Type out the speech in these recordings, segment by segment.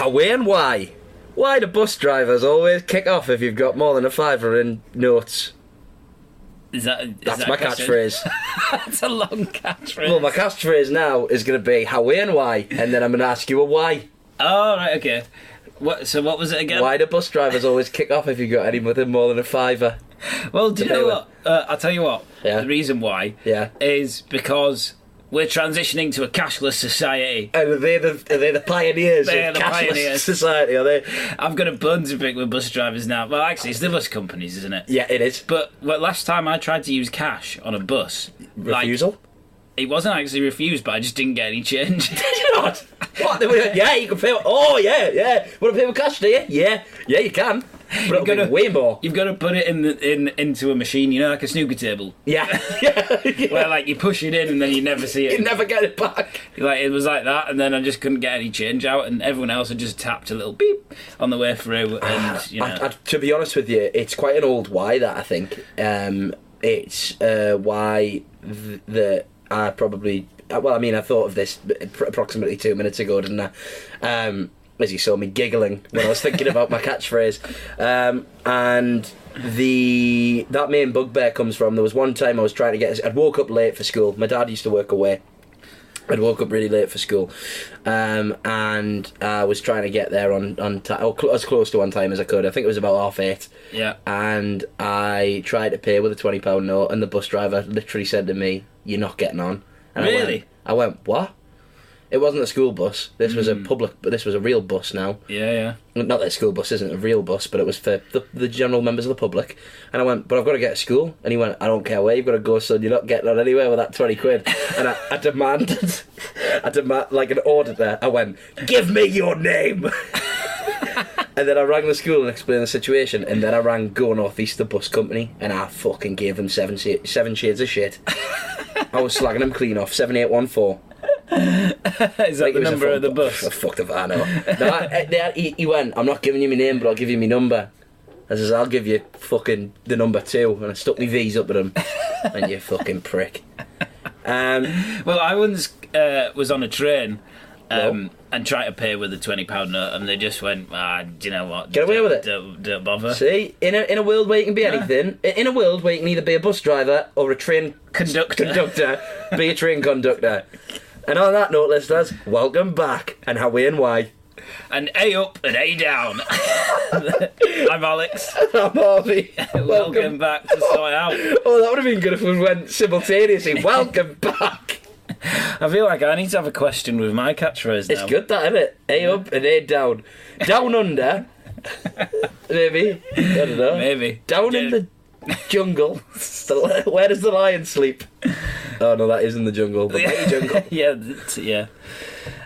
Away and why? Why do bus drivers always kick off if you've got more than a fiver in notes? Is that is That's that a my question? catchphrase. That's a long catchphrase. well, my catchphrase now is going to be how and why, and then I'm going to ask you a why. Oh right, okay. What? So what was it again? Why do bus drivers always kick off if you've got anything more than a fiver? Well, do you know Anyway. what? Uh, I'll tell you what. Yeah. The reason why Yeah. is because we're transitioning to a cashless society. And are they the, are they the pioneers They're of the cashless pioneers. society? Are they? I've got a bone to pick with bus drivers now. Well, actually, it's the bus companies, isn't it? Yeah, it is. But well, last time I tried to use cash on a bus, like, Refusal? it wasn't actually refused, but I just didn't get any change. Did you not? What? They were, yeah, you can pay. Oh, yeah, yeah. Want to pay with cash, do you? Yeah, yeah, you can. But it'll gotta- be way more. You've got to put it in the, in into a machine, you know, like a snooker table, Yeah, yeah. where like you push it in and then you never see you it. never get it back. Like it was like that, and then I just couldn't get any change out, and everyone else had just tapped a little beep on the way through, and you know. Ah, I, I, to be honest with you, it's quite an old why that I think. Um, it's uh, why th- that I probably. uh, Well, I mean, I thought of this pr- approximately two minutes ago, didn't I? Um, as you saw me giggling when I was thinking about my catchphrase, um, and the that main bugbear comes from. There was one time I was trying to get. I'd woke up late for school. My dad used to work away. I'd woke up really late for school, um, and I was trying to get there on on ti or cl- as close to one time as I could. I think it was about half eight, yeah. and I tried to pay with a twenty pound note, and the bus driver literally said to me, "You're not getting on." And I went, Really? I went, what? It wasn't a school bus. This was a public. But this was a real bus now. Yeah, yeah. Not that a school bus isn't a real bus, but it was for the, the general members of the public. And I went, but I've got to get to school. And he went, I don't care where you've got to go, son. You're not getting on anywhere with that twenty quid. And I, I demanded, I demand like an order there. I went, give me your name. and then I rang the school and explained the situation. And then I rang Go Northeast, the bus company, and I fucking gave them seven se- seven shades of shit. I was slagging them clean off. Seven eight one four. Is that It the was a number phone of the call. bus? Oh, fuck if I know. No, I, I- they- he, he went, I'm not giving you my name, but I'll give you my number. I says, I'll give you fucking the number two. And I stuck my V's up at him. and you fucking prick. Um, Well, I once uh, was on a train um, No. and tried to pay with a twenty pound note, and they just went, "Ah, do you know what? Get away Don't- with it." Don't, don't bother." see, in a, in a world where you can be anything, in a world where you can either be a bus driver or a train Conductor. conductor, be a train conductor. And on that note, listeners, welcome back. And how we and why. And A up and A down. I'm Alex. I'm Harvey. Welcome, back to Soy Out. Oh, that would have been good if we went simultaneously. Welcome back. I feel like I need to have a question with my catchphrase now. It's good that, isn't it? A up and A down. Down under. Maybe. I don't know. Maybe. Down in the jungle. The li- Where does the lion sleep? Oh, no, that isn't the jungle. The mighty jungle. yeah, that's- yeah.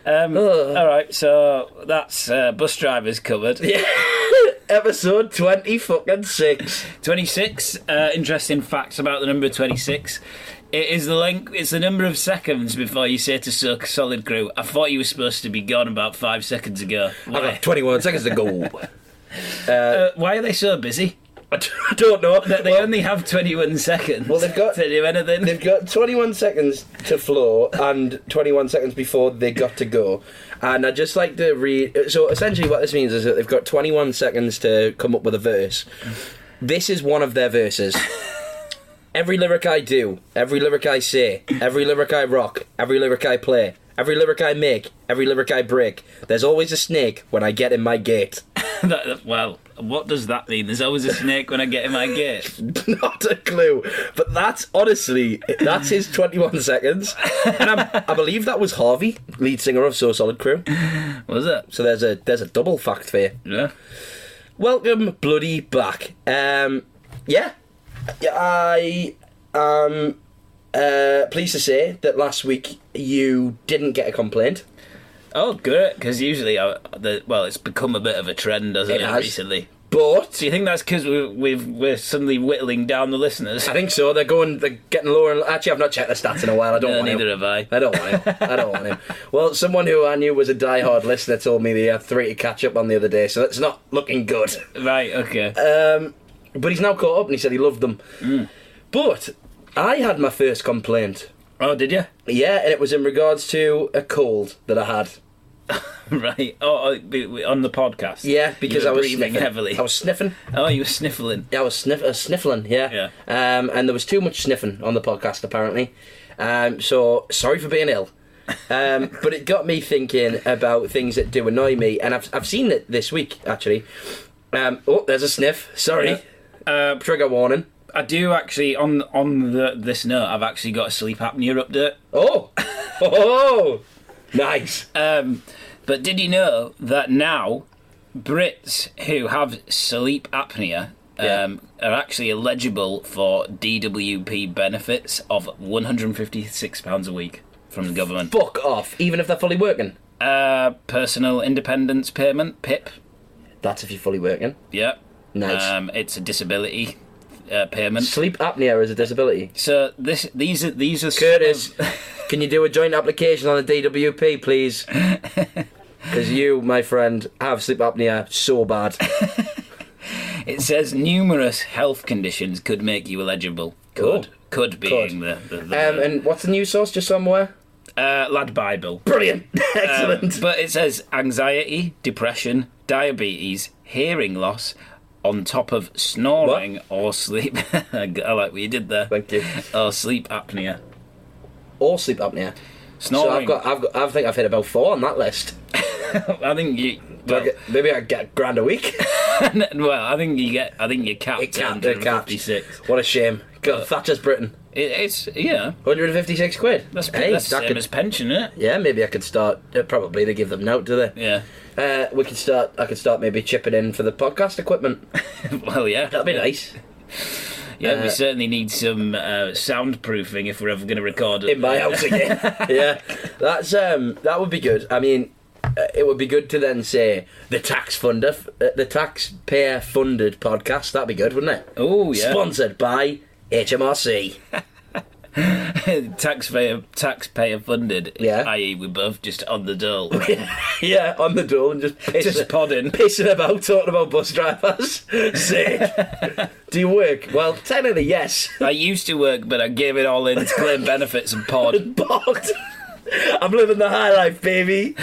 Um, Ugh. all right, so that's uh, bus drivers covered. Yeah. Episode 20 fucking 6. 26 uh, interesting facts about the number 26 it is the length it's the number of seconds before you say to suck solid crew i thought you were supposed to be gone about five seconds ago I've why, got 21 seconds to go. uh, why are they so busy I d- I don't know. that they Well, only have 21 seconds Well, they've got- to do anything They've got 21 seconds to floor and 21 seconds before they got to go. And I'd just like to read. So essentially, what this means is that they've got 21 seconds to come up with a verse. This is one of their verses. Every lyric I do, every lyric I say, every lyric I rock, every lyric I play, every lyric I make, every lyric I break, there's always a snake when I get in my gate. That- that- well what does that mean there's always a snake when i get in my gate Not a clue. But that's honestly, that's his 21 seconds. And I'm, I believe that was Harvey, lead singer of So Solid Crew. was it So there's a there's a double fact for you. yeah Welcome, bloody back. Um, yeah, Yeah, I am uh, pleased to say that last week you didn't get a complaint. oh great because usually I, the, well it's become a bit of a trend doesn't it, It has. recently But do you think that's because we, we've we're suddenly whittling down the listeners I think so. They're going. They're getting lower. And, actually, I've not checked the stats in a while. I don't No, want Uh, neither to. have I. I don't want him. I don't want him. Well, someone who I knew was a die-hard listener told me they had three to catch up on the other day, so that's not looking good. Right, okay. Um, but he's now caught up and he said he loved them. Mm. But I had my first complaint. oh, did you? Yeah, and it was in regards to a cold that I had. right. Oh, oh, on the podcast. Yeah, because You I were was breathing sniffing. heavily. I was sniffing. Oh, you were sniffling. I was sniff- uh, sniffling, yeah. yeah. Um, and there was too much sniffing on the podcast, apparently. Um, so, sorry for being ill. Um, but it got me thinking about things that do annoy me. And I've, I've seen it this week, actually. Um, oh, there's a sniff. Sorry. Yeah. Uh, Trigger warning. I do actually on on the, this note. I've actually got a sleep apnea update. Oh! oh! Nice. Um, but did you know that now Brits who have sleep apnea um, are actually eligible for DWP benefits of £156 a week from the government? Fuck off, even if they're fully working. Uh, personal independence payment, PIP. That's if you're fully working. Yeah. Nice. Um, it's a disability uh, payment. Sleep apnea is a disability. So this these are these are some Curtis, of- can you do a joint application on the DWP, please? Because you, my friend, have sleep apnea so bad. It says numerous health conditions could make you eligible. Cool. Could. Could being the, the, the Um, and what's the news source? Just somewhere? uh, Lad Bible. Brilliant. Excellent. Um, But it says anxiety, depression, diabetes, hearing loss, on top of snoring or sleep. I g- I like what you did there. Thank you. Or sleep apnea. Or sleep apnea. So I've Snoring. got, I've got, I think I've hit about four on that list. I think you. Do I Well, get- maybe I get a grand a week. well, I think you get. I think you capped. It at can't, it can't. 156. What a shame. God, Thatcher's Britain. It, it's yeah. 156 quid. That's, Hey, that's the that same could- as pension, isn't it? yeah, maybe I could start. Uh, probably they give them note, do they? Yeah. Uh, we could start. I could start maybe chipping in for the podcast equipment. well, yeah. That'd be nice. Yeah, we Uh, certainly need some uh, soundproofing if we're ever going to record. in my house again. yeah, that's um, that would be good. I mean, uh, it would be good to then say the tax funder, f- uh, the taxpayer funded podcast. That'd be good, wouldn't it? Oh yeah, Sponsored by HMRC. taxpayer taxpayer funded. Yeah. i.e., we're both just on the dole, yeah, on the door and just pissing, just podding. pissing about talking about bus drivers. Sick. Do you work? Well, technically yes. I used to work, but I gave it all in to claim benefits and pod. Bogged. I'm living the high life, baby.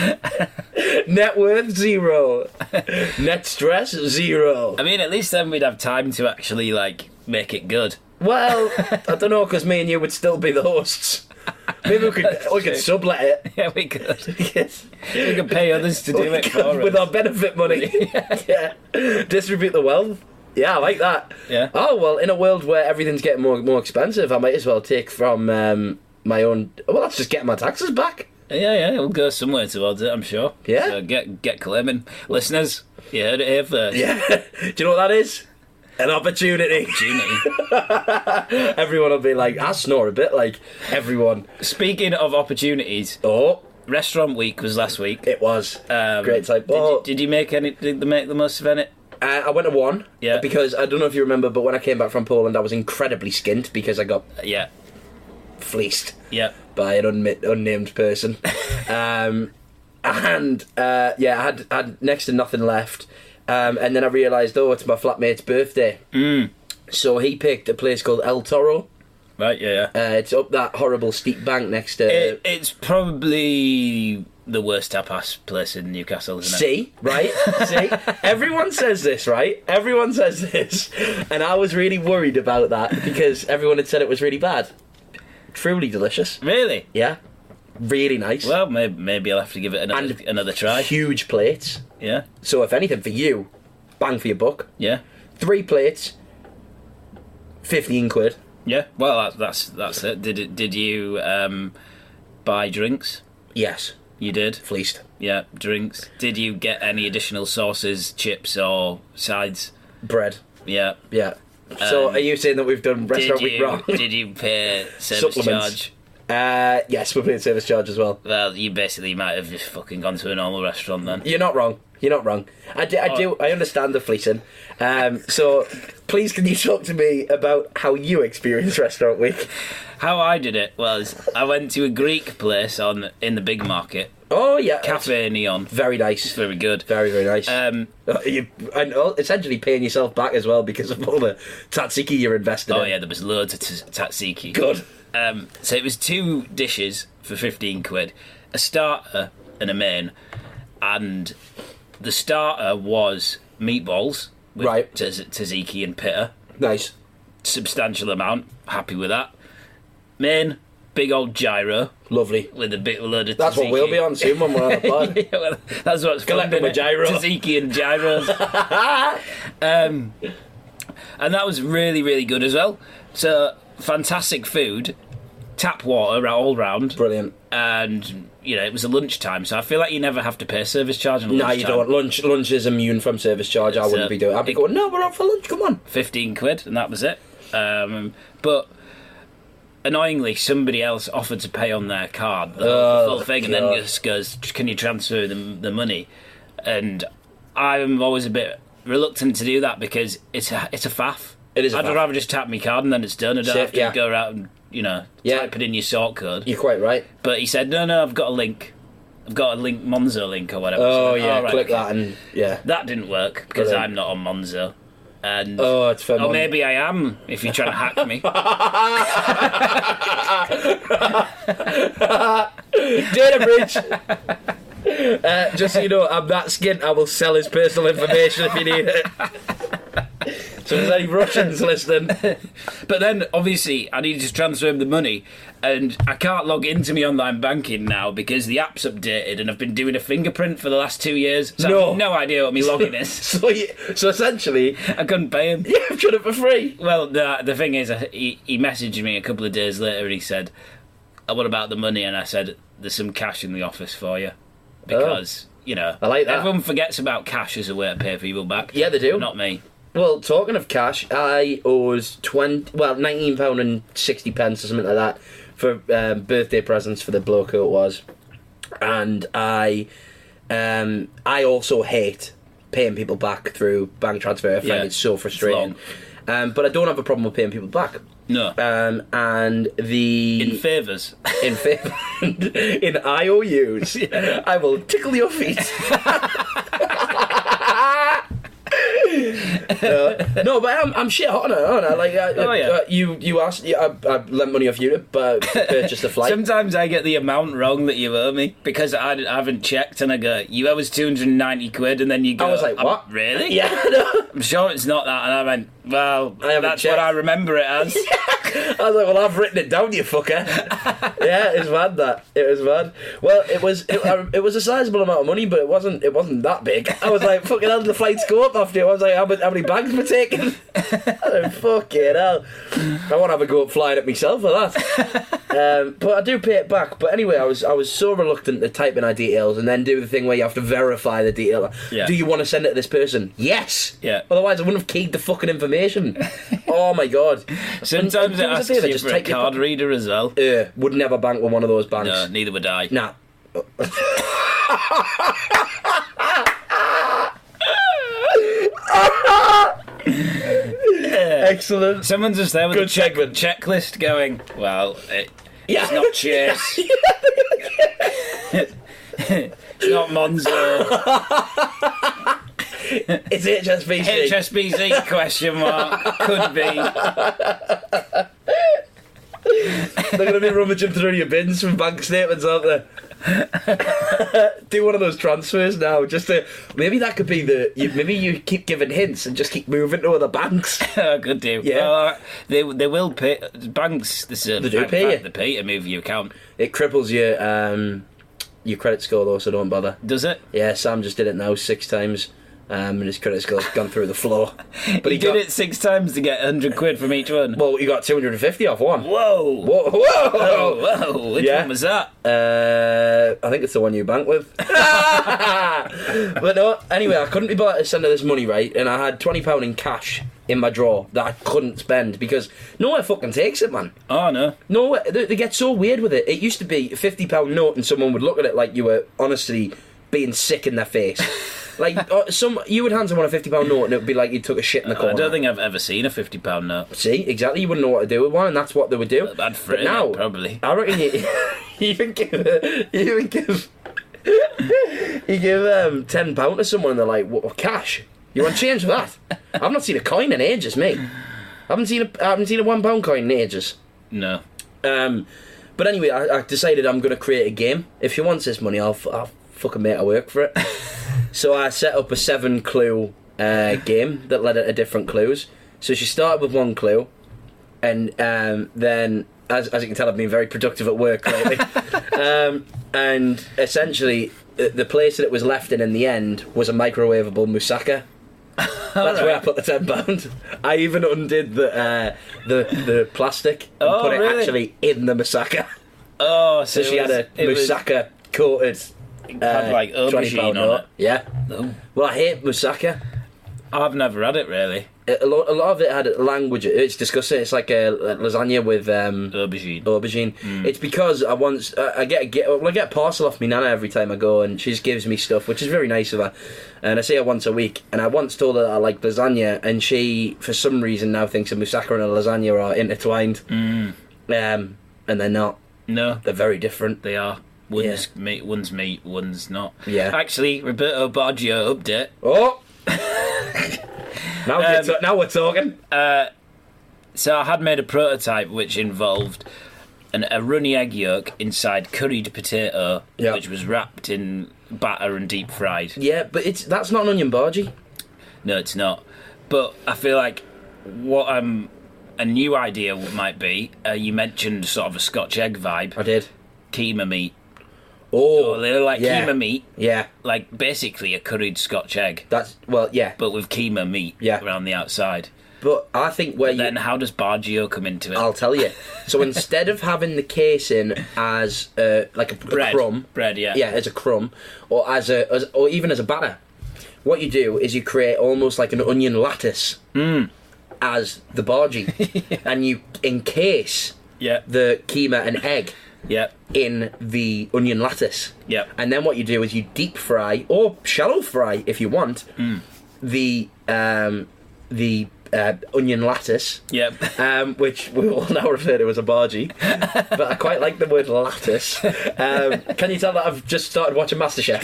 Net worth zero. Net stress zero. I mean, at least then we'd have time to actually like make it good. Well, I don't know because me and you would still be the hosts. Maybe we could we could sublet it. Yeah, we could. Yes. We could pay others to do it for with us. our benefit money. yeah. Distribute the wealth. Yeah, I like that. Yeah. Oh well, in a world where everything's getting more more expensive, I might as well take from um, my own. Well, that's just getting my taxes back. Yeah, yeah, it'll go somewhere towards it, I'm sure. Yeah. So get get claiming, listeners. You heard it here first. Yeah. Do you know what that is? An opportunity. Opportunity. Everyone will be like, I snore a bit. Like everyone. Speaking of opportunities, Oh, Restaurant Week was last week. it was. Um, Great time. Did, Oh. you, did you make any? Did they make the most of any? Uh, I went to one. Yeah. Because I don't know if you remember, but when I came back from Poland, I was incredibly skint because I got Yeah, fleeced yeah. by an unmi- unnamed person. um, and uh, yeah, I had, had next to nothing left. Um, and then I realised, oh, it's my flatmate's birthday. Mm. So he picked a place called El Toro. Right, yeah. yeah. Uh, it's up that horrible steep bank next to It, it's probably the worst tapas place in Newcastle, isn't it? See, right? See, everyone says this, right? Everyone says this, and I was really worried about that because everyone had said it was really bad. Truly delicious. Really? Yeah, really nice. Well, maybe, maybe I'll have to give it another, And- another try. Huge plates. Yeah, So if anything for you, bang for your buck. yeah, Three plates, fifteen quid. yeah. Well, that, that's that's it. Did it, did you um, buy drinks? Yes, You did. fleeced. Yeah, drinks. Did you get any additional sauces, chips, or sides? Bread. Yeah. Yeah. So Um, are you saying that we've done Did restaurant week you wrong? did you pay service Supplements. charge? uh, yes, we're paying service charge as well. Well, you basically might have just fucking gone to a normal restaurant then. You're not wrong. You're not wrong. I do. I, do, I understand the fleecing. Um, so, please, can you talk to me about how you experience Restaurant Week? How I did it was I went to a Greek place on in the big market, Oh yeah, Cafe Neon. Very nice. Very good. Very very nice. Oh, Um, you, and all- essentially paying yourself back as well because of all the tatsiki you're invested oh in. yeah, there was loads of t- tzatziki. Good. Um, so it was two dishes for fifteen quid, a starter and a main, and the starter was meatballs with Right. taz- tzatziki and pitta. Nice. Substantial amount. Happy with that. Main, big old gyro Lovely. with a bit load of That's what we'll tzatziki. be on soon when we're on the pod. Yeah, well, that's what's fun, Collect them innit? a gyro. Tzatziki and gyros. um, and that was really, really good as well. So, fantastic food, tap water all round, Brilliant. and you know it was a lunchtime, so I feel like you never have to pay a service charge on a No, lunchtime. uh, you don't. Lunch lunch is immune from service charge. I wouldn't a be doing. I'd be big- going. No, we're out for lunch. Come on. Fifteen quid, and that was it. Um, but annoyingly, somebody else offered to pay on their card the, Oh, the full thing, and then God. just goes, "Can you transfer the, the money?" And I'm always a bit reluctant to do that because it's a it's a faff. It is a I'd faff. rather just tap my card and then it's done. I don't Safe, have to yeah. go out and you know Yeah. type it in your sort code. You're quite right. But he said, "No, no, I've got a link. I've got a link, Monzo link or whatever." Oh So, yeah, "All right, click okay." that and yeah. That didn't work because Brilliant. I'm not on Monzo. And Oh, it's fair. or maybe I am if you're trying to hack me. data breach. Uh, just so you know, I'm that skint. I will sell his personal information if you need it. So if there's any Russians listening, But then obviously I need to transfer him the money and I can't log into my online banking now because the app's updated and I've been doing a fingerprint for the last two years. So I No. have no idea what my login is. so you, so essentially, I couldn't pay him. you've done it for free. Well, the, the thing is, I, he, he messaged me a couple of days later and he said, "Oh, What about the money? And I said, There's some cash in the office for you. Because, you know, Oh. I like that. everyone forgets about cash as a way to pay people back. Yeah, they do. Not me. Well, talking of cash, I owes twenty, well, nineteen pound and sixty pence or something like that for um, birthday presents for the bloke who it was, and I, um, I also hate paying people back through bank transfer. I find Yeah, it so frustrating. long. Um, but I don't have a problem with paying people back. No. Um, and the in favours. in fifth in IOUs. I will tickle your feet. No, Uh, no, but I'm, I'm shit hot on it. aren't I? Like, I, Oh, yeah. uh, you you asked, yeah, I, I lent money off you to bu- purchase the flight. Sometimes I get the amount wrong that you owe me because I, d- I haven't checked and I go, You owe us 290 quid. And then you go, I was like, "Um, what? Really? Yeah, no. I'm sure it's not that. And I went, Well, I haven't that's checked." what I remember it as. I was like, well, I've written it down, you fucker. yeah, it was mad. That it was mad. Well, it was it, I- it was a sizable amount of money, but it wasn't it wasn't that big. I was like, fucking hell, did the flights go up after? it? I was like, how, mu- how many bags am I taking? I don't fucking hell. I want to have a go up flying at myself for that. Um, but I do pay it back. But anyway, I was I was so reluctant to type in our details and then do the thing where you have to verify the detail. Yeah. Do you want to send it to this person? Yes. Yeah. Otherwise, I wouldn't have keyed the fucking information. oh my god. Sometimes it Sometimes I asks say that, you just for a take your card reader as well. uh, would never bank with one of those banks. No, neither would I. Nah. Excellent. Someone's just there with Good a check- segment. checklist going, well, it, Yeah. it's not Chase. it's not Oh, Monzo. It's HSBC. HSBC question mark. Could be. They're going to be rummaging through your bins for bank statements, aren't they? Do one of those transfers now. Just to, maybe that could be the. You, maybe you keep giving hints and just keep moving to other banks. oh, good deal. Yeah. Well, they they will pay banks. This is They do pay you. They pay to move your account. It cripples your um, your credit score though, so don't bother. Does it? Yeah, Sam just did it now six times, um, and his credit score's gone through the floor. But But he, he, did got, it six times to get hundred quid from each one. Well, he got 250 off one. Whoa. Whoa! Oh, whoa. whoa! Which Yeah. one was that? Uh, I think it's the one you bank with. but no, anyway, I couldn't be bothered to send her this money, right? And I had £20 in cash in my drawer that I couldn't spend because no one fucking takes it, man. Oh no! No, they, they get so weird with it. It used to be a fifty pound note, and someone would look at it like you were honestly being sick in their face. like uh, some, you would hand someone a fifty pound note, and it would be like you took a shit in the corner. I don't think I've ever seen a fifty pound note. See, exactly, you wouldn't know what to do with one, and that's what they would do. I'd but frame now, Ah. it probably. I reckon you, you even give, you even give, you give um, ten pound to someone, and they're like, "What cash? You want change for that?" I've not seen a coin in ages, mate. I haven't seen a, I haven't seen a one pound coin in ages. No. Um, but anyway, I, I decided I'm going to create a game. If she wants this money, I'll, f- I'll fucking make I work for it. so I set up a seven clue uh, game that led her to different clues. So she started with one clue, and um, then, as, as you can tell, I've been very productive at work lately. um, and essentially, the, the place that it was left in in the end was a microwavable moussaka. That's where I put the ten pound. I even undid the uh, the the plastic and Oh, put it really? actually in the moussaka. Oh, so So she it was, had a it was- moussaka coated. had, like, aubergine £20 on note. it. Yeah. Oh, Well, I hate moussaka. I've never had it really. A lot, a lot of it had language. It's disgusting. It's like a lasagna with um, Aubergine. aubergine. Hmm. It's because I once I I get, get well, I get a parcel off me nana every time I go, and she just gives me stuff, which is very nice of her. And I see her once a week, and I once told her that I like lasagna, and she for some reason now thinks a moussaka and a lasagna are intertwined, Hmm. um, and they're not. No, They're very different. they are. One's meat, one's meat, one's not. Yeah. Actually, Roberto Baggio update. Oh. Um, now, we're ta- now we're talking. Uh, So I had made a prototype which involved an, a runny egg yolk inside curried potato, Yeah. which was wrapped in batter and deep fried. Yeah, but it's that's not an onion bhaji. No, it's not. But I feel like what um, a new idea might be. Uh, you mentioned sort of a Scotch egg I vibe, did. keema meat. Oh, Well, they're like yeah. keema meat, Yeah, like basically a curried Scotch egg, that's well, yeah. But, but with keema meat Yeah. around the outside. I think where you Then how does Bargio come into it? I'll tell you. So instead of having the casing as uh, like a, a bread, crumb, bread, yeah, yeah, as a crumb, or as a as, or even as a batter, what you do is you create almost like an onion lattice Mm. as the bargee, and you encase yeah, the keema and egg yeah, in the onion lattice. yeah. And then what you do is you deep fry or shallow fry if you want Mm. the um, the uh, onion lattice. Yep. Um, which we will now refer to as a bargee, but I quite like the word lattice. Um, can you tell that I've just started watching MasterChef?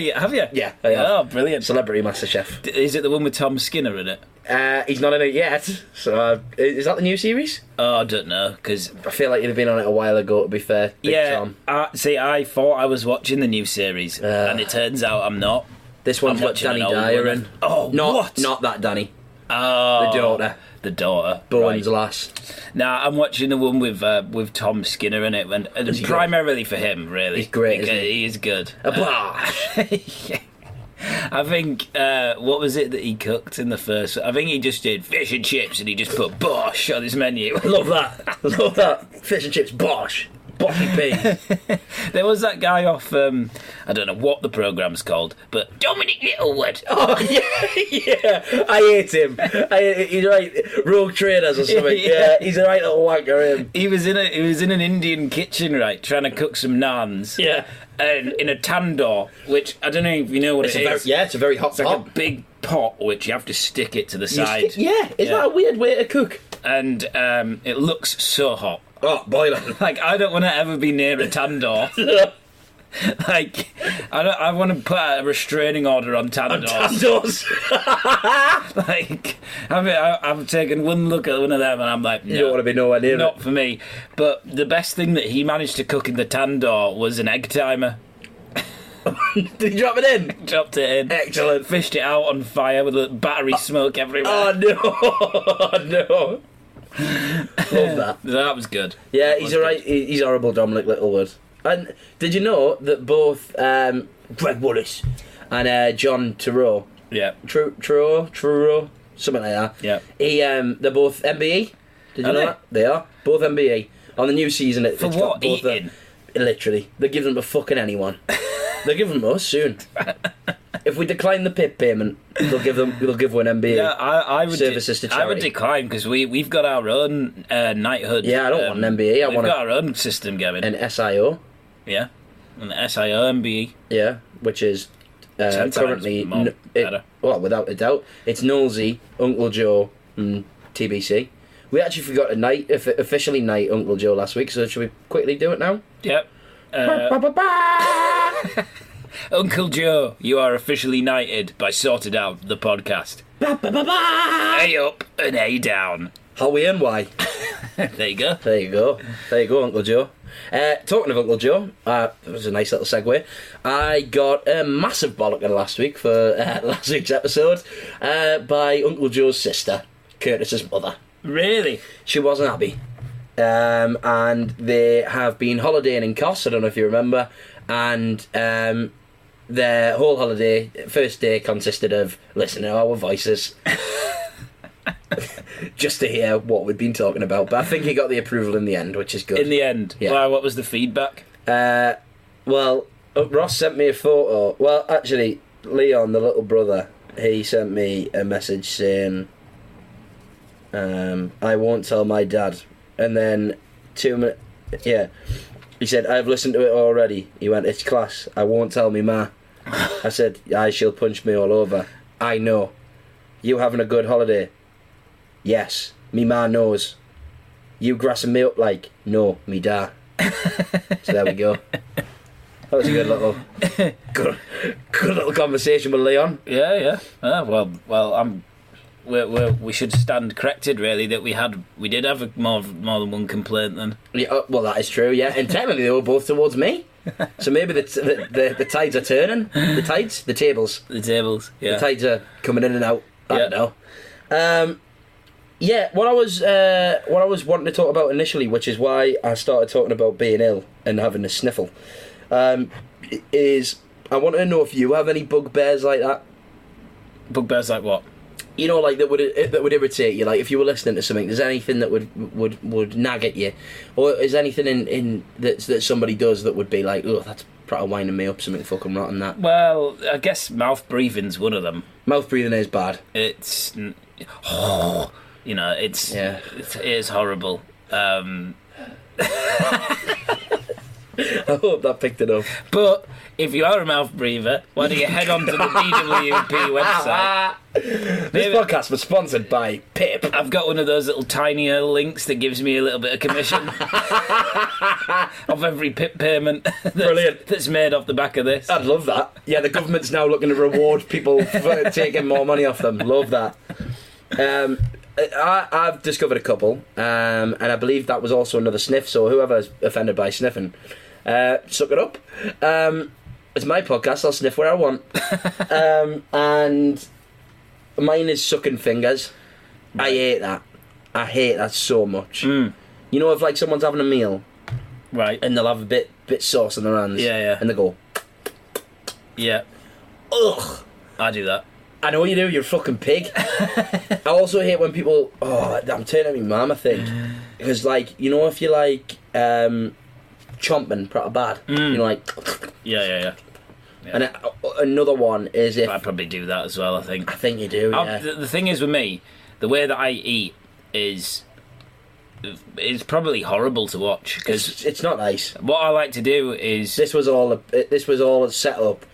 yeah, have you? Yeah, I have. Oh, brilliant. Celebrity MasterChef. D- Is it the one with Tom Skinner in it? Uh, he's not in it yet, so uh, is that the new series? Oh, I don't know, because I feel like he'd have been on it a while ago. To be fair, Big yeah, Tom. I, see, I thought I was watching the new series, and it turns out I'm not. This I'm one's got watching Danny an old Dyer one. in. Oh, Not what? not that Danny, oh, the daughter, The daughter. right. Bowen's lass. Nah, I'm watching the one with uh, with Tom Skinner in it, and, and he good? primarily for him, really. He's great, Because isn't he? he is good. A blast. I think uh, what was it that he cooked in the first? I think he just did fish and chips, and he just put bosh on his menu. Love that. Love that. Fish and chips, bosh. Boshy peas. there was that guy off. Um, I don't know what the program's called, but Dominic Littlewood. oh, yeah, yeah. I hate him. I, he's right. Rogue traders or something. Yeah. Yeah, he's a right little wanker, him. He was in a he was in an Indian kitchen, right, trying to cook some naans. Yeah. And in a tandoor, which I don't know if you know what It's it a very, is. yeah, it's a very hot Like pot. a big pot which you have to stick it to the You side. stick- yeah, is Yeah. that a weird way to cook? and um, it looks so hot. Oh, boiler. Like I don't want to ever be near a tandoor. like I don't. I want to put out a restraining order on tandoors. Outdoors. like I mean, I, I've taken one look at one of them and I'm like, no, You don't want to be nowhere near not for me. But the best thing that he managed to cook in the tandoor was an egg timer. it. Did you drop it in? Dropped it in. Excellent. Fished it out on fire with a battery smoke everywhere. Oh, no. Oh, no. Love that. that was good. Yeah, That he's was all good. right. he- He's horrible, Dominic Littlewood. And did you know that both um, Greg Wallace and uh, John Turow, Yeah. Tru- Turow, Turow, something like that. Yeah. He, um, they're both MBE. Did you Are know they? that? They are both MBE on the new season. It, For it's what? got both of Eating? them- Literally, they're giving them to fucking anyone. they're giving them us soon. if we decline the PIP payment, they'll give them. They'll give one MBE. Yeah, I, I would. Services to I would charity. decline because we we've got our own uh, knighthood. um, Yeah, I don't want an MBE, I we've want a- got our own system going. An SIO. yeah, an SIO MBE. Yeah, which is uh, Ten times currently more n- better. it, well, without a doubt, it's Nolsey, Uncle Joe, and TBC. We actually forgot to night if- officially night Uncle Joe last week, so should we quickly do it now? Yep. Uh, Ba, ba, ba. Uncle Joe, you are officially knighted by Sorted Out the podcast. Ba, ba, ba, ba. A up and A down. How we and why? There you go. There you go. There you go, Uncle Joe. Uh, talking of Uncle Joe, uh, that was a nice little segue. I got a massive bollocking last week for uh, last week's episode uh, by Uncle Joe's sister, Curtis's mother. Really? She wasn't happy. Um, and they have been holidaying in Kos, I don't know if you remember, and um, their whole holiday, first day, consisted of listening to our voices. Just to hear what we'd been talking about, but I think he got the approval in the end, which is good. In the end. Yeah. Wow, what was the feedback? Uh, well, uh, Ross sent me a photo. Well, actually, Leon, the little brother, he sent me a message saying, um, "I won't tell my dad." And then two minutes, yeah, he said, "I've listened to it already." He went, "It's class. I won't tell me ma." I said, "I she'll punch me all over." I know. You having a good holiday? Yes. Me ma knows. You grassing me up like no, me da. So there we go. That was a good little, good, good little conversation with Leon. Yeah, yeah. Ah, well, well, I'm. We're, we're, we should stand corrected, really, that we had we did have a, more more than one complaint then. Yeah, uh, well, that is true. Yeah, and technically they were both towards me. So maybe the t- the, the, the tides are turning. The tides, the tables, The tables, yeah. the tides are coming in and out. I Yeah. don't know. Um, yeah, what I was uh, what I was wanting to talk about initially, which is why I started talking about being ill and having a sniffle, um, i- is I want to know if you have any bugbears like that. Bugbear's like what? you know, like that would eh, that would irritate you. Like if you were listening to something, there's anything that would would would nag at you, or is anything in in that that somebody does that would be like, oh, that's probably winding me up, something fucking rotten. That Well, I guess mouth breathing's one of them. mouth breathing is bad. It's n- oh, you know, it's Yeah. it's it is horrible. Um, I hope that picked it up. but if you are a mouth breather, why don't you head on to the DWP website? This Maybe- podcast was sponsored by Pip. I've got one of those little tiny uh, links that gives me a little bit of commission of every pip payment that's, Brilliant. Oh, that's made off the back of this. I'd love that. Yeah, the government's now looking to reward people for taking more money off them. Love that. Um, I, I've discovered a couple, um, and I believe that was also another sniff. So whoever's offended by sniffing, uh, suck it up. Um, it's my podcast. I'll sniff where I want. um, and mine is sucking fingers. I hate that. I hate that so much. Mm. You know, if like someone's having a meal Hmm. Right. and they'll have a bit bit sauce on their hands, Yeah, yeah. and they go, Yeah. ugh. I do that. I know you do. You're a fucking pig. I also hate when people. Oh, I'm turning my mum. I think because like you know if you're like um, chomping pretty bad, you know like. Yeah, yeah, yeah. And a- another one is if I probably do that as well. I think. I think you do. I'll- Yeah. the, the thing is with me, the way that I eat is is probably horrible to watch because It's, it's not nice. what I like to do is This was all. A, this was all a setup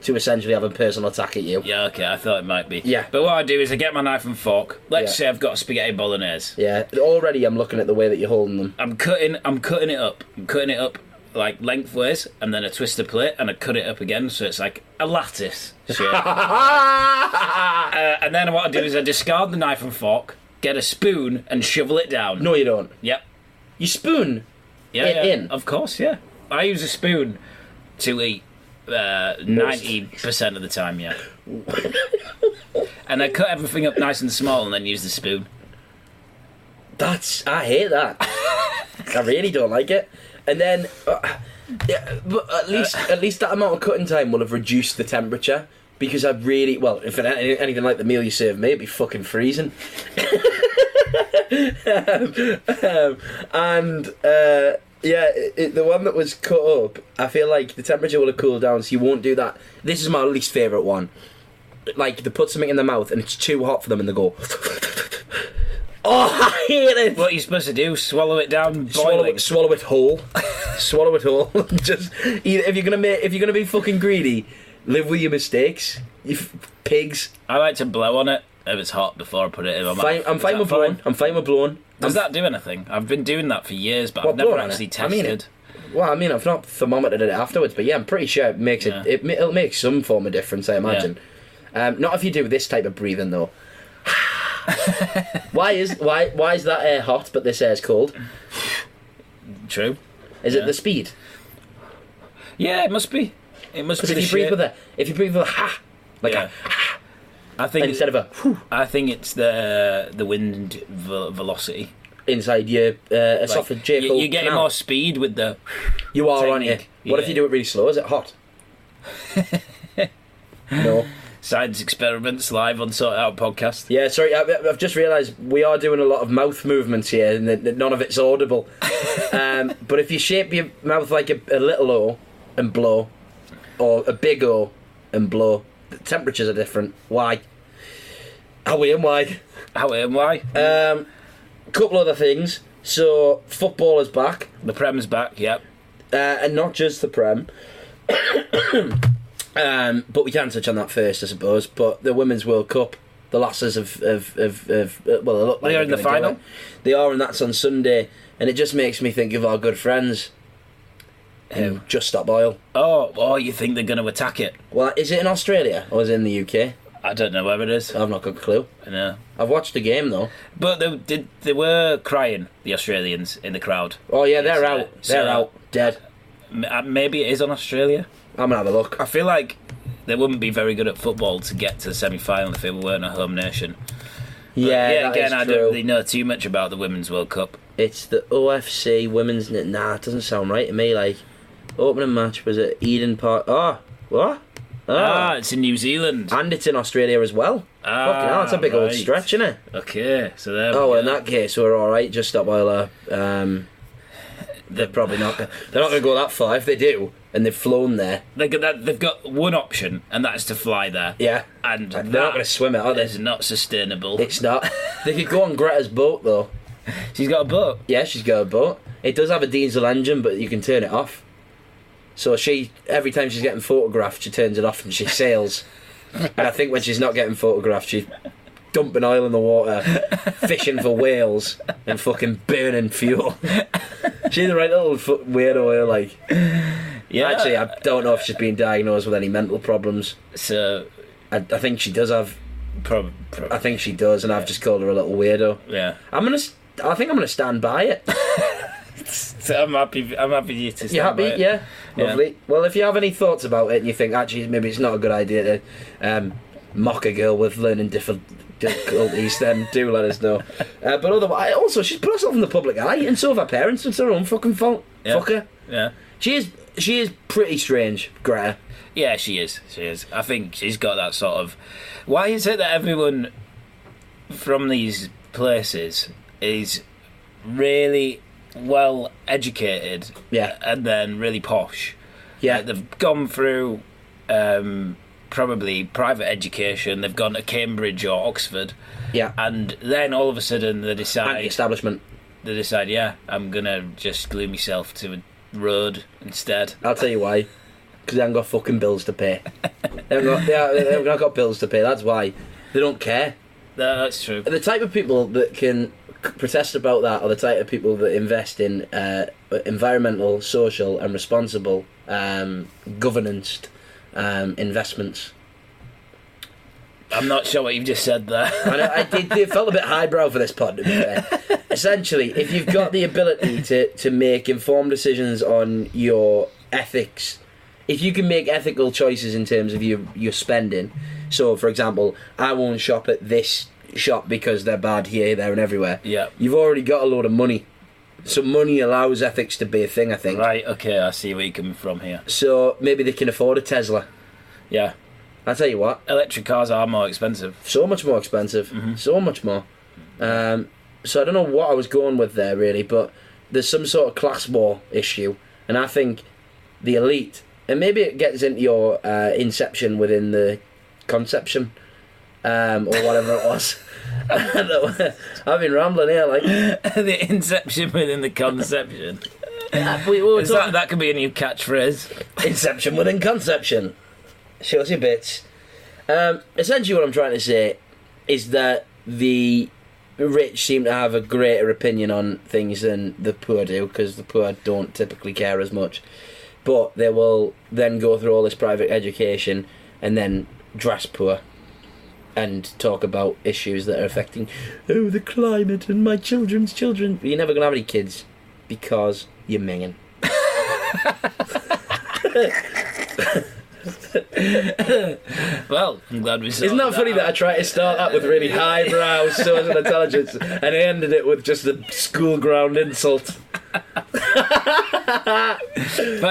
to essentially have a personal attack at you. yeah, okay, I thought it might be Yeah. But what I do is I get my knife and fork. Let's Yeah. say I've got spaghetti bolognese. Yeah. Already, I'm looking at the way that you're holding them. I'm cutting. I'm cutting it up. I'm cutting it up like lengthways, and then I twist the plate and I cut it up again, so it's like a lattice. shape. Uh, and then what I do is I discard the knife and fork, get a spoon, and shovel it down. no, you don't. Yep. You spoon. Yeah, It yeah. in. Of course, yeah. I use a spoon to eat uh, ninety percent of the time, yeah. and I cut everything up nice and small, and then use the spoon. That's I hate that. I really don't like it. And then, uh, yeah, but at least at least that amount of cutting time will have reduced the temperature because I really well if it, any- anything like the meal you serve me, it'd be fucking freezing. Um, and uh, yeah, it, it- the one that was cut up, I feel like the temperature will have cooled down, so you won't do that. This is my least favorite one. Like they put something in their mouth and it's too hot for them, and they go. Oh, I hate it! What are you supposed to do? Swallow it down, boil swallow it. it, swallow it whole, swallow it whole. Just either, if you're gonna make, if you're gonna be fucking greedy, live with your mistakes. You f- pigs. I like to blow on it if it's hot before I put it in my mouth. Fine, I'm Is fine that with blowing. I'm fine with blowing. Does that do anything? I've been doing that for years, but What, I've never blowing on actually it? I tested. mean it. Well, I mean, I've not thermometered it afterwards, but yeah, I'm pretty sure it makes Yeah. it, it. ma- It'll make some form of difference, I imagine. Um, not if you do this type of breathing though. why is why why is that air hot but this air's cold? True. Is it the speed? Yeah, it must be. It must be. Because the if you breathe shape. with a, if you breathe with a ha, like Yeah. a, I think it's- instead of a whew, I think it's the the wind ve- velocity. inside your uh, Like, esophageal you, you're getting canal. more speed with the. You are, aren't you? technique. What Yeah. if you do it really slow? Is it hot? no. Science experiments live on Sort It Out podcast. Yeah, sorry, I, I've just realised we are doing a lot of mouth movements here and that that none of it's audible. um, but if you shape your mouth like a, a little O and blow, or a big O and blow, the temperatures are different. Why? Are we and why? How and why? Mm. Um, couple other things. So, football is back. the Prem's back. Yep. uh, and not just the Prem. um, but we can touch on that first, I suppose. But the Women's World Cup, the lasses have, have, have, have uh, well, they look like They are they're in the gonna do final? it. They are, and that's on Sunday. And it just makes me think of our good friends, who Hmm. just stop oil. Oh, oh, you think they're going to attack it? Well, is it in Australia or is it in the UK? I don't know where it is. I've not got a clue. I know. I've watched the game though. But they did. They were crying. The Australians in the crowd. Oh yeah, they're Yes, out. uh, They're so- out. Dead. M- uh, Maybe it is on Australia. I'm gonna have a look. I feel like they wouldn't be very good at football to get to the semi-final if they weren't a home nation. Yeah, yeah, that again, is I true. don't really know too much about the Women's World Cup. It's the OFC Women's. Nah, it doesn't sound right to me. Like, opening match was at Eden Park. Oh, what? Oh. Ah, it's in New Zealand. And it's in Australia as well. Ah, Fucking hell, that's a big old right. stretch, isn't it? Okay, so there. Oh, we well, in go. that case, we're all right. Just stop while uh, um, they're probably not. gonna- They're not going to go that far. If they do, and they've flown there, They got that, they've got one option, and that is to fly there. yeah, and they're that not going to swim it, are they? is not sustainable. It's not. they could go on Greta's boat though. She's got a boat. Yeah, she's got a boat. It does have a diesel engine, but you can turn it off. So she, every time she's getting photographed, she turns it off and she sails. and I think when she's not getting photographed, she's dumping oil in the water, fishing for whales, and fucking burning fuel. she's the right little fu- weirdo, eh, like. Yeah, Actually, I don't know if she's been diagnosed with any mental problems. so I, I think she does have. probably, prob- I think she does, and I've just called her a little weirdo. yeah. I'm gonna. s- I think I'm gonna stand by it. So I'm happy. I'm happy you to. You stand happy? by it. Yeah. Yeah. Lovely. Well, if you have any thoughts about it and you think actually maybe it's not a good idea to um, mock a girl with learning different difficulties, then do let us know. Uh, but otherwise, also she's put herself in the public eye, and so have her parents. It's her own fucking fault. Yeah. Fuck her. yeah, She is. She is pretty strange, Greta. yeah. She is. She is. I think she's got that sort of. Why is it that everyone from these places is really well educated? Yeah. and then really posh. Yeah. Like, they've gone through um, probably private education. They've gone to Cambridge or Oxford, yeah. and then all of a sudden they decide Anti-establishment. they decide, yeah, I'm gonna just glue myself to a road instead. I'll tell you why. Because they haven't got fucking bills to pay. they haven't got. They, are, they haven't got bills to pay. That's why. They don't care. No, that's true. the type of people that can c- protest about that are the type of people that invest in uh, environmental, social, and responsible um, governance um, investments. I'm not sure what you've just said there. And I, I did, it felt a bit highbrow for this pod, to be fair. Essentially, if you've got the ability to, to make informed decisions on your ethics, if you can make ethical choices in terms of your, your spending, so for example, I won't shop at this shop because they're bad here, there, and everywhere. Yeah. You've already got a load of money. So money allows ethics to be a thing, I think. Right, okay, I see where you're coming from here. So maybe they can afford a Tesla. Yeah. I'll tell you what, Electric cars are more expensive. so much more expensive, so much more. Um, so I don't know what I was going with there really, but there's some sort of class war issue, and I think the elite, and maybe it gets into your uh, inception within the conception, um, or whatever it was. I've been rambling here, like the inception within the conception. we, we were Is talking- that, that could be a new catchphrase. Inception within conception. Shows you bits. Um, essentially, what I'm trying to say is that the rich seem to have a greater opinion on things than the poor do, because the poor don't typically care as much. But they will then go through all this private education and then dress poor and talk about issues that are affecting, oh, the climate and my children's children. But you're never going to have any kids because you're minging. Well, I'm glad we. Isn't that funny that I tried to start that with really highbrow swords and intelligence, and I ended it with just a school ground insult? But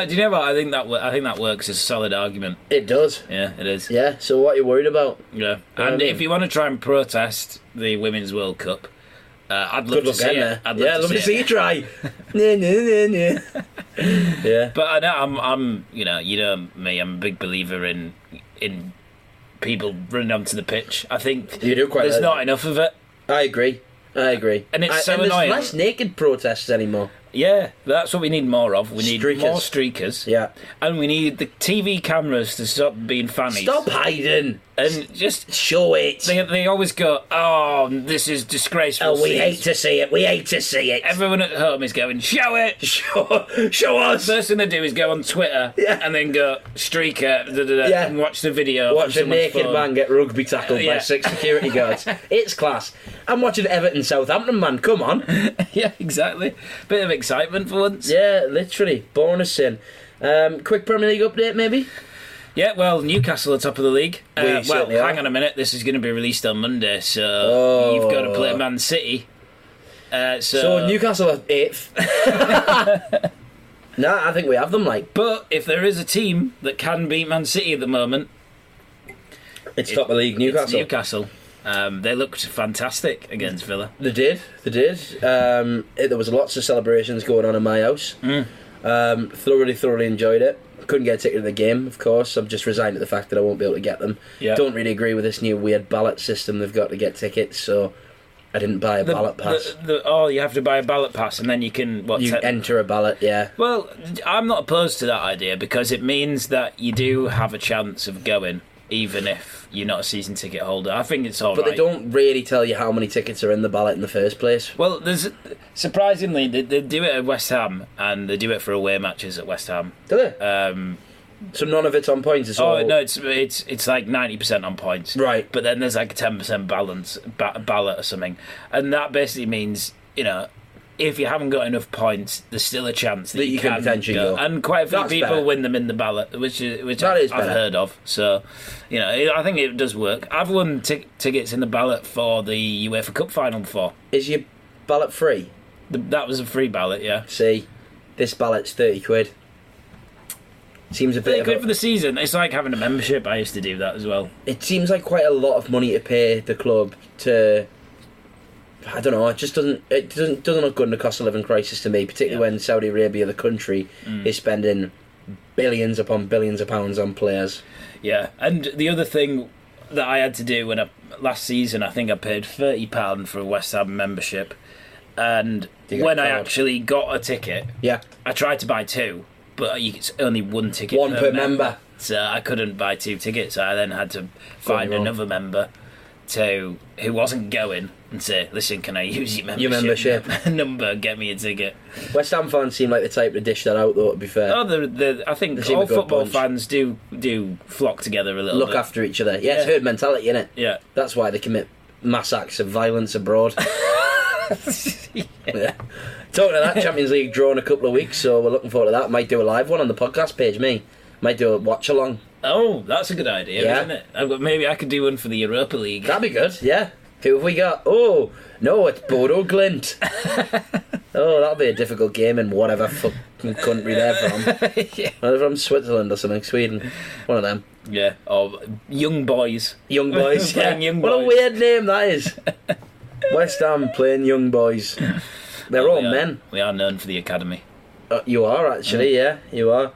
do you know what? I think that wo- I think that works as a solid argument. It does. Yeah, it is. Yeah. Yeah. Um, So what are you worried about? And I mean- if you want to try and protest the Women's World Cup, uh, I'd Good love to luck see getting it. there. I'd love Yeah, to let me see see it. you try. Nah, nah, nah, nah. Yeah. But I know I'm, I'm, you know, you know me. I'm a big believer in in people running onto the pitch. I think You do quite There's like not that. enough of it. I agree. I agree. And it's I, so Uh, and annoying. There's less naked protests anymore. Yeah, that's what we need more of. We need Streakers. more streakers. Yeah. And we need the TV cameras to stop being fannies. Stop hiding. And just Show it. they, they always go, oh, this is disgraceful. oh, we See, hate to see it. We hate to see it. Everyone at home is going, show it. show, show us. First thing they do is go on Twitter Yeah. and then go streaker da, da, da, Yeah. and watch the video. Watch on a Uh, someone's naked phone. man get rugby tackled Yeah. by six security guards. it's class. I'm watching Everton Southampton, man. Come on. yeah, exactly. Bit of excitement for once. Yeah, literally. Bonus in. Um, quick Premier League update, maybe? Yeah, well, Newcastle are top of the league. We Uh, well, certainly are. hang on a minute. This is going to be released on Monday, so Oh. you've got to play Man City. Uh, so, So Newcastle are eighth. nah, I think we have them. Like but if there is a team that can beat Man City at the moment, it's top of the league. it's Newcastle. Newcastle. Um, they looked fantastic against Villa. They did. They did. Um, it- there was lots of celebrations going on in my house. Um, thoroughly, thoroughly enjoyed it. Couldn't get a ticket to the game, of course. I'm just resigned to the fact that I won't be able to get them. Yeah. Don't really agree with this new weird ballot system they've got to get tickets, so I didn't buy a ballot pass. The, the, oh, you have to buy a ballot pass, and then you can what? you te- enter a ballot, yeah. Well, I'm not opposed to that idea because it means that you do have a chance of going, even if you're not a season ticket holder. I think it's all right. But they don't really tell you how many tickets are in the ballot in the first place. Well, there's surprisingly they, they do it at West Ham and they do it for away matches at West Ham. Do they? Um, so none of it's on points. It's oh all... no, it's it's it's like ninety percent on points, Right. But then there's like a ten percent balance ba- ballot or something, and that basically means you know. If you haven't got enough points, there's still a chance that, That you can potentially go. and quite a few That's people better. win them in the ballot, which is which That I, is I've better. heard of. So, you know, it, I think it does work. I've won tic tickets in the ballot for the UEFA Cup final before. Is your ballot free? The, that was a free ballot, yeah. See, this ballot's 30 quid. Seems a bit They're of a- good for the season. It's like having a membership. I used to do that as well. it seems like quite a lot of money to pay the club to. I don't know. It just doesn't. It doesn't doesn't look good in the cost of living crisis to me, particularly Yeah. Mm. when Saudi Arabia, the country, is spending billions upon billions of pounds on players. Yeah, and the other thing that I had to do when I last season, I think I paid thirty pound for a West Ham membership, and You got when I card. actually got a ticket, Yeah, I tried to buy two, but you- it's only one ticket. one per member. So I couldn't buy two tickets. I then had to your find own. another member to who wasn't going and say, "Listen, can I use your Your membership, number? Get me a ticket." West Ham fans seem like the type to dish that out, though. To be fair, Oh, the, the, I think seem a all good football bunch. fans do do flock together a little look bit. after each other. Yeah, it's Yeah. herd mentality, innit? yeah. That's why they commit mass acts of violence abroad. Yeah. Talking of that, Champions League draw in a couple of weeks, so we're looking forward to that. Might do a live one on the podcast page, me. Might do a watch along. Oh, that's a good idea, Yeah. isn't it? I've got, maybe I could do one for the Europa League. That'd be good, yeah. Who have we got? Oh, no, it's Bodo Glint. oh, that'll be a difficult game in whatever fucking country they're from. They're from Switzerland or something, Sweden. One of them. yeah. Or young boys. Young boys. yeah. Playing young what a boys. weird name that is. West Ham playing young boys. They're all We are- men. We are known for the academy. Uh, you are actually, yeah, you are.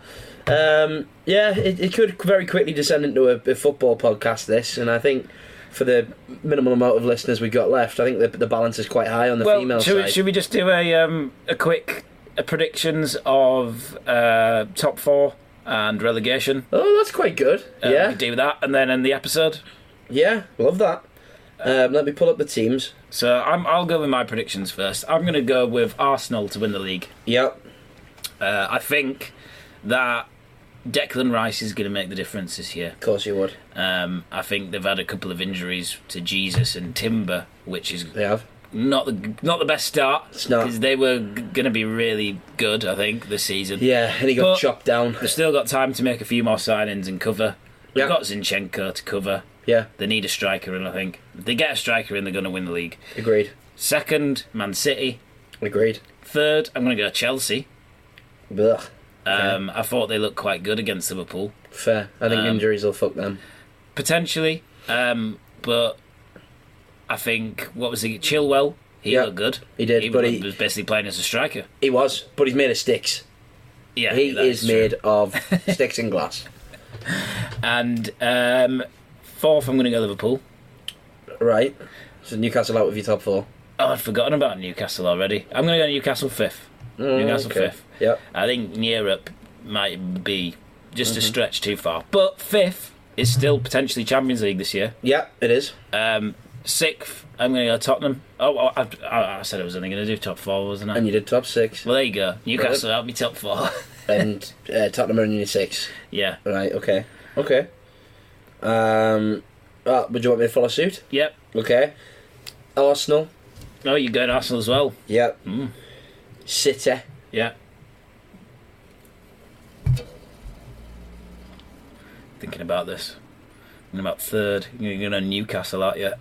Um, yeah, it, it could very quickly descend into a, a football podcast. This, and I think for the minimal amount of listeners we got left, I think the, the balance is quite high on the Well, female should we, side. should we just do a um, a quick uh predictions of uh, top four and relegation? Oh, that's quite good. Uh, we yeah, could do that, and then end the episode. yeah, love that. Um, let me pull up the teams. So I'm, I'll go with my predictions first. I'm going to go with Arsenal to win the league. Yep. Uh, I think that Declan Rice is going to make the difference this year. Of course you would. Um, I think they've had a couple of injuries to Jesus and Timber, which is They have. not the not the best start. It's not. because they were g- going to be really good. I think this season. Yeah, and he got But- chopped down. They've still got time to make a few more signings and cover. They've Yeah. got Zinchenko to cover. Yeah, They need a striker in, I think. If they get a striker in, they're going to win the league. agreed. Second, Man City. Agreed. Third, I'm going to go Chelsea. Ugh. Um, I thought they looked quite good against Liverpool, Fair. I think injuries will fuck them. potentially. Um, but I think what was he? Chilwell. He Yeah, looked good. he did, He but was, he- was basically playing as a striker. He was, but he's made of sticks. Yeah, He that is true. made of sticks and glass. And um, fourth, I'm going to go Liverpool. Right. So Newcastle out with your top four. Oh, I'd forgotten about Newcastle already. I'm going to go Newcastle fifth. Mm, Newcastle okay. fifth. Yep. I think Europe might be just Mm-hmm. a stretch too far. But fifth is still potentially Champions League this year. Yeah, it is. Um, sixth, I'm going to go Tottenham. Oh, oh, I, I, I said I was only going to do top four, wasn't I? And you did top six. well, there you go. Newcastle that'll be top four. and uh, Tottenham are in your six. yeah. Right, okay. Okay. Um, uh, would you want me to follow suit? Yep. Okay. Arsenal. Oh, you go to Arsenal as well. Hmm. Yep. City. Yeah. Thinking about this. I'm about third. You're going to Newcastle, aren't you?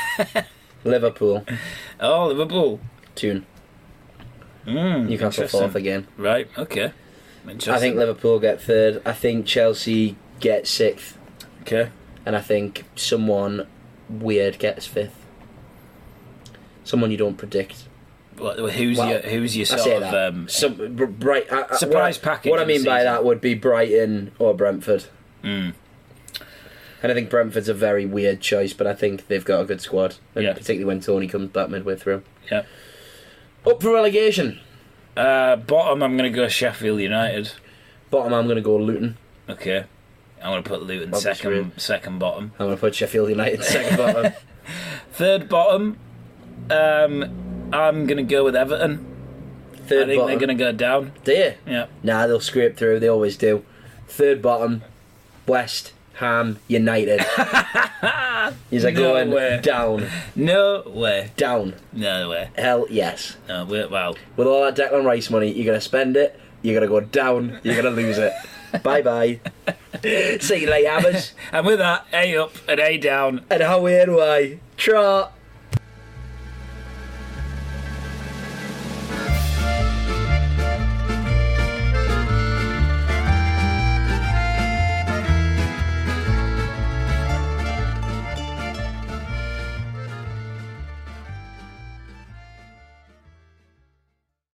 Liverpool. oh, Liverpool. Tune. Mm, Newcastle interesting. fourth again. Right. Okay. Interesting. I think Liverpool get third. I think Chelsea get sixth. Okay. And I think someone weird gets fifth. Someone you don't predict. Well, who's Well, your who's I your sort say of that. um, Some br- bright I, I- Surprise what I- package What I of the mean by season. that would be Brighton or Brentford. Mm. And I think Brentford's a very weird choice, but I think they've got a good squad, and Yeah. particularly when Tony comes back midway through. yeah. Up for relegation. Uh, bottom, I'm going to go Sheffield United. Bottom, I'm going to go Luton. Okay. I'm going to put Luton Obviously. second second bottom. I'm going to put Sheffield United second bottom. Third bottom, um, I'm going to go with Everton. I Third think bottom. they're going to go down. Do you? Yeah. Nah, they'll scrape through. They always do. Third bottom, West Ham United. He's like No going way. down, No way. down. No way. Hell yes. No, we're, well, With all that Declan Rice money, you're gonna spend it. You're gonna go down. You're gonna lose it. bye bye. See you later, Hammers. and with that, A up and A down. And how weird why? Trot.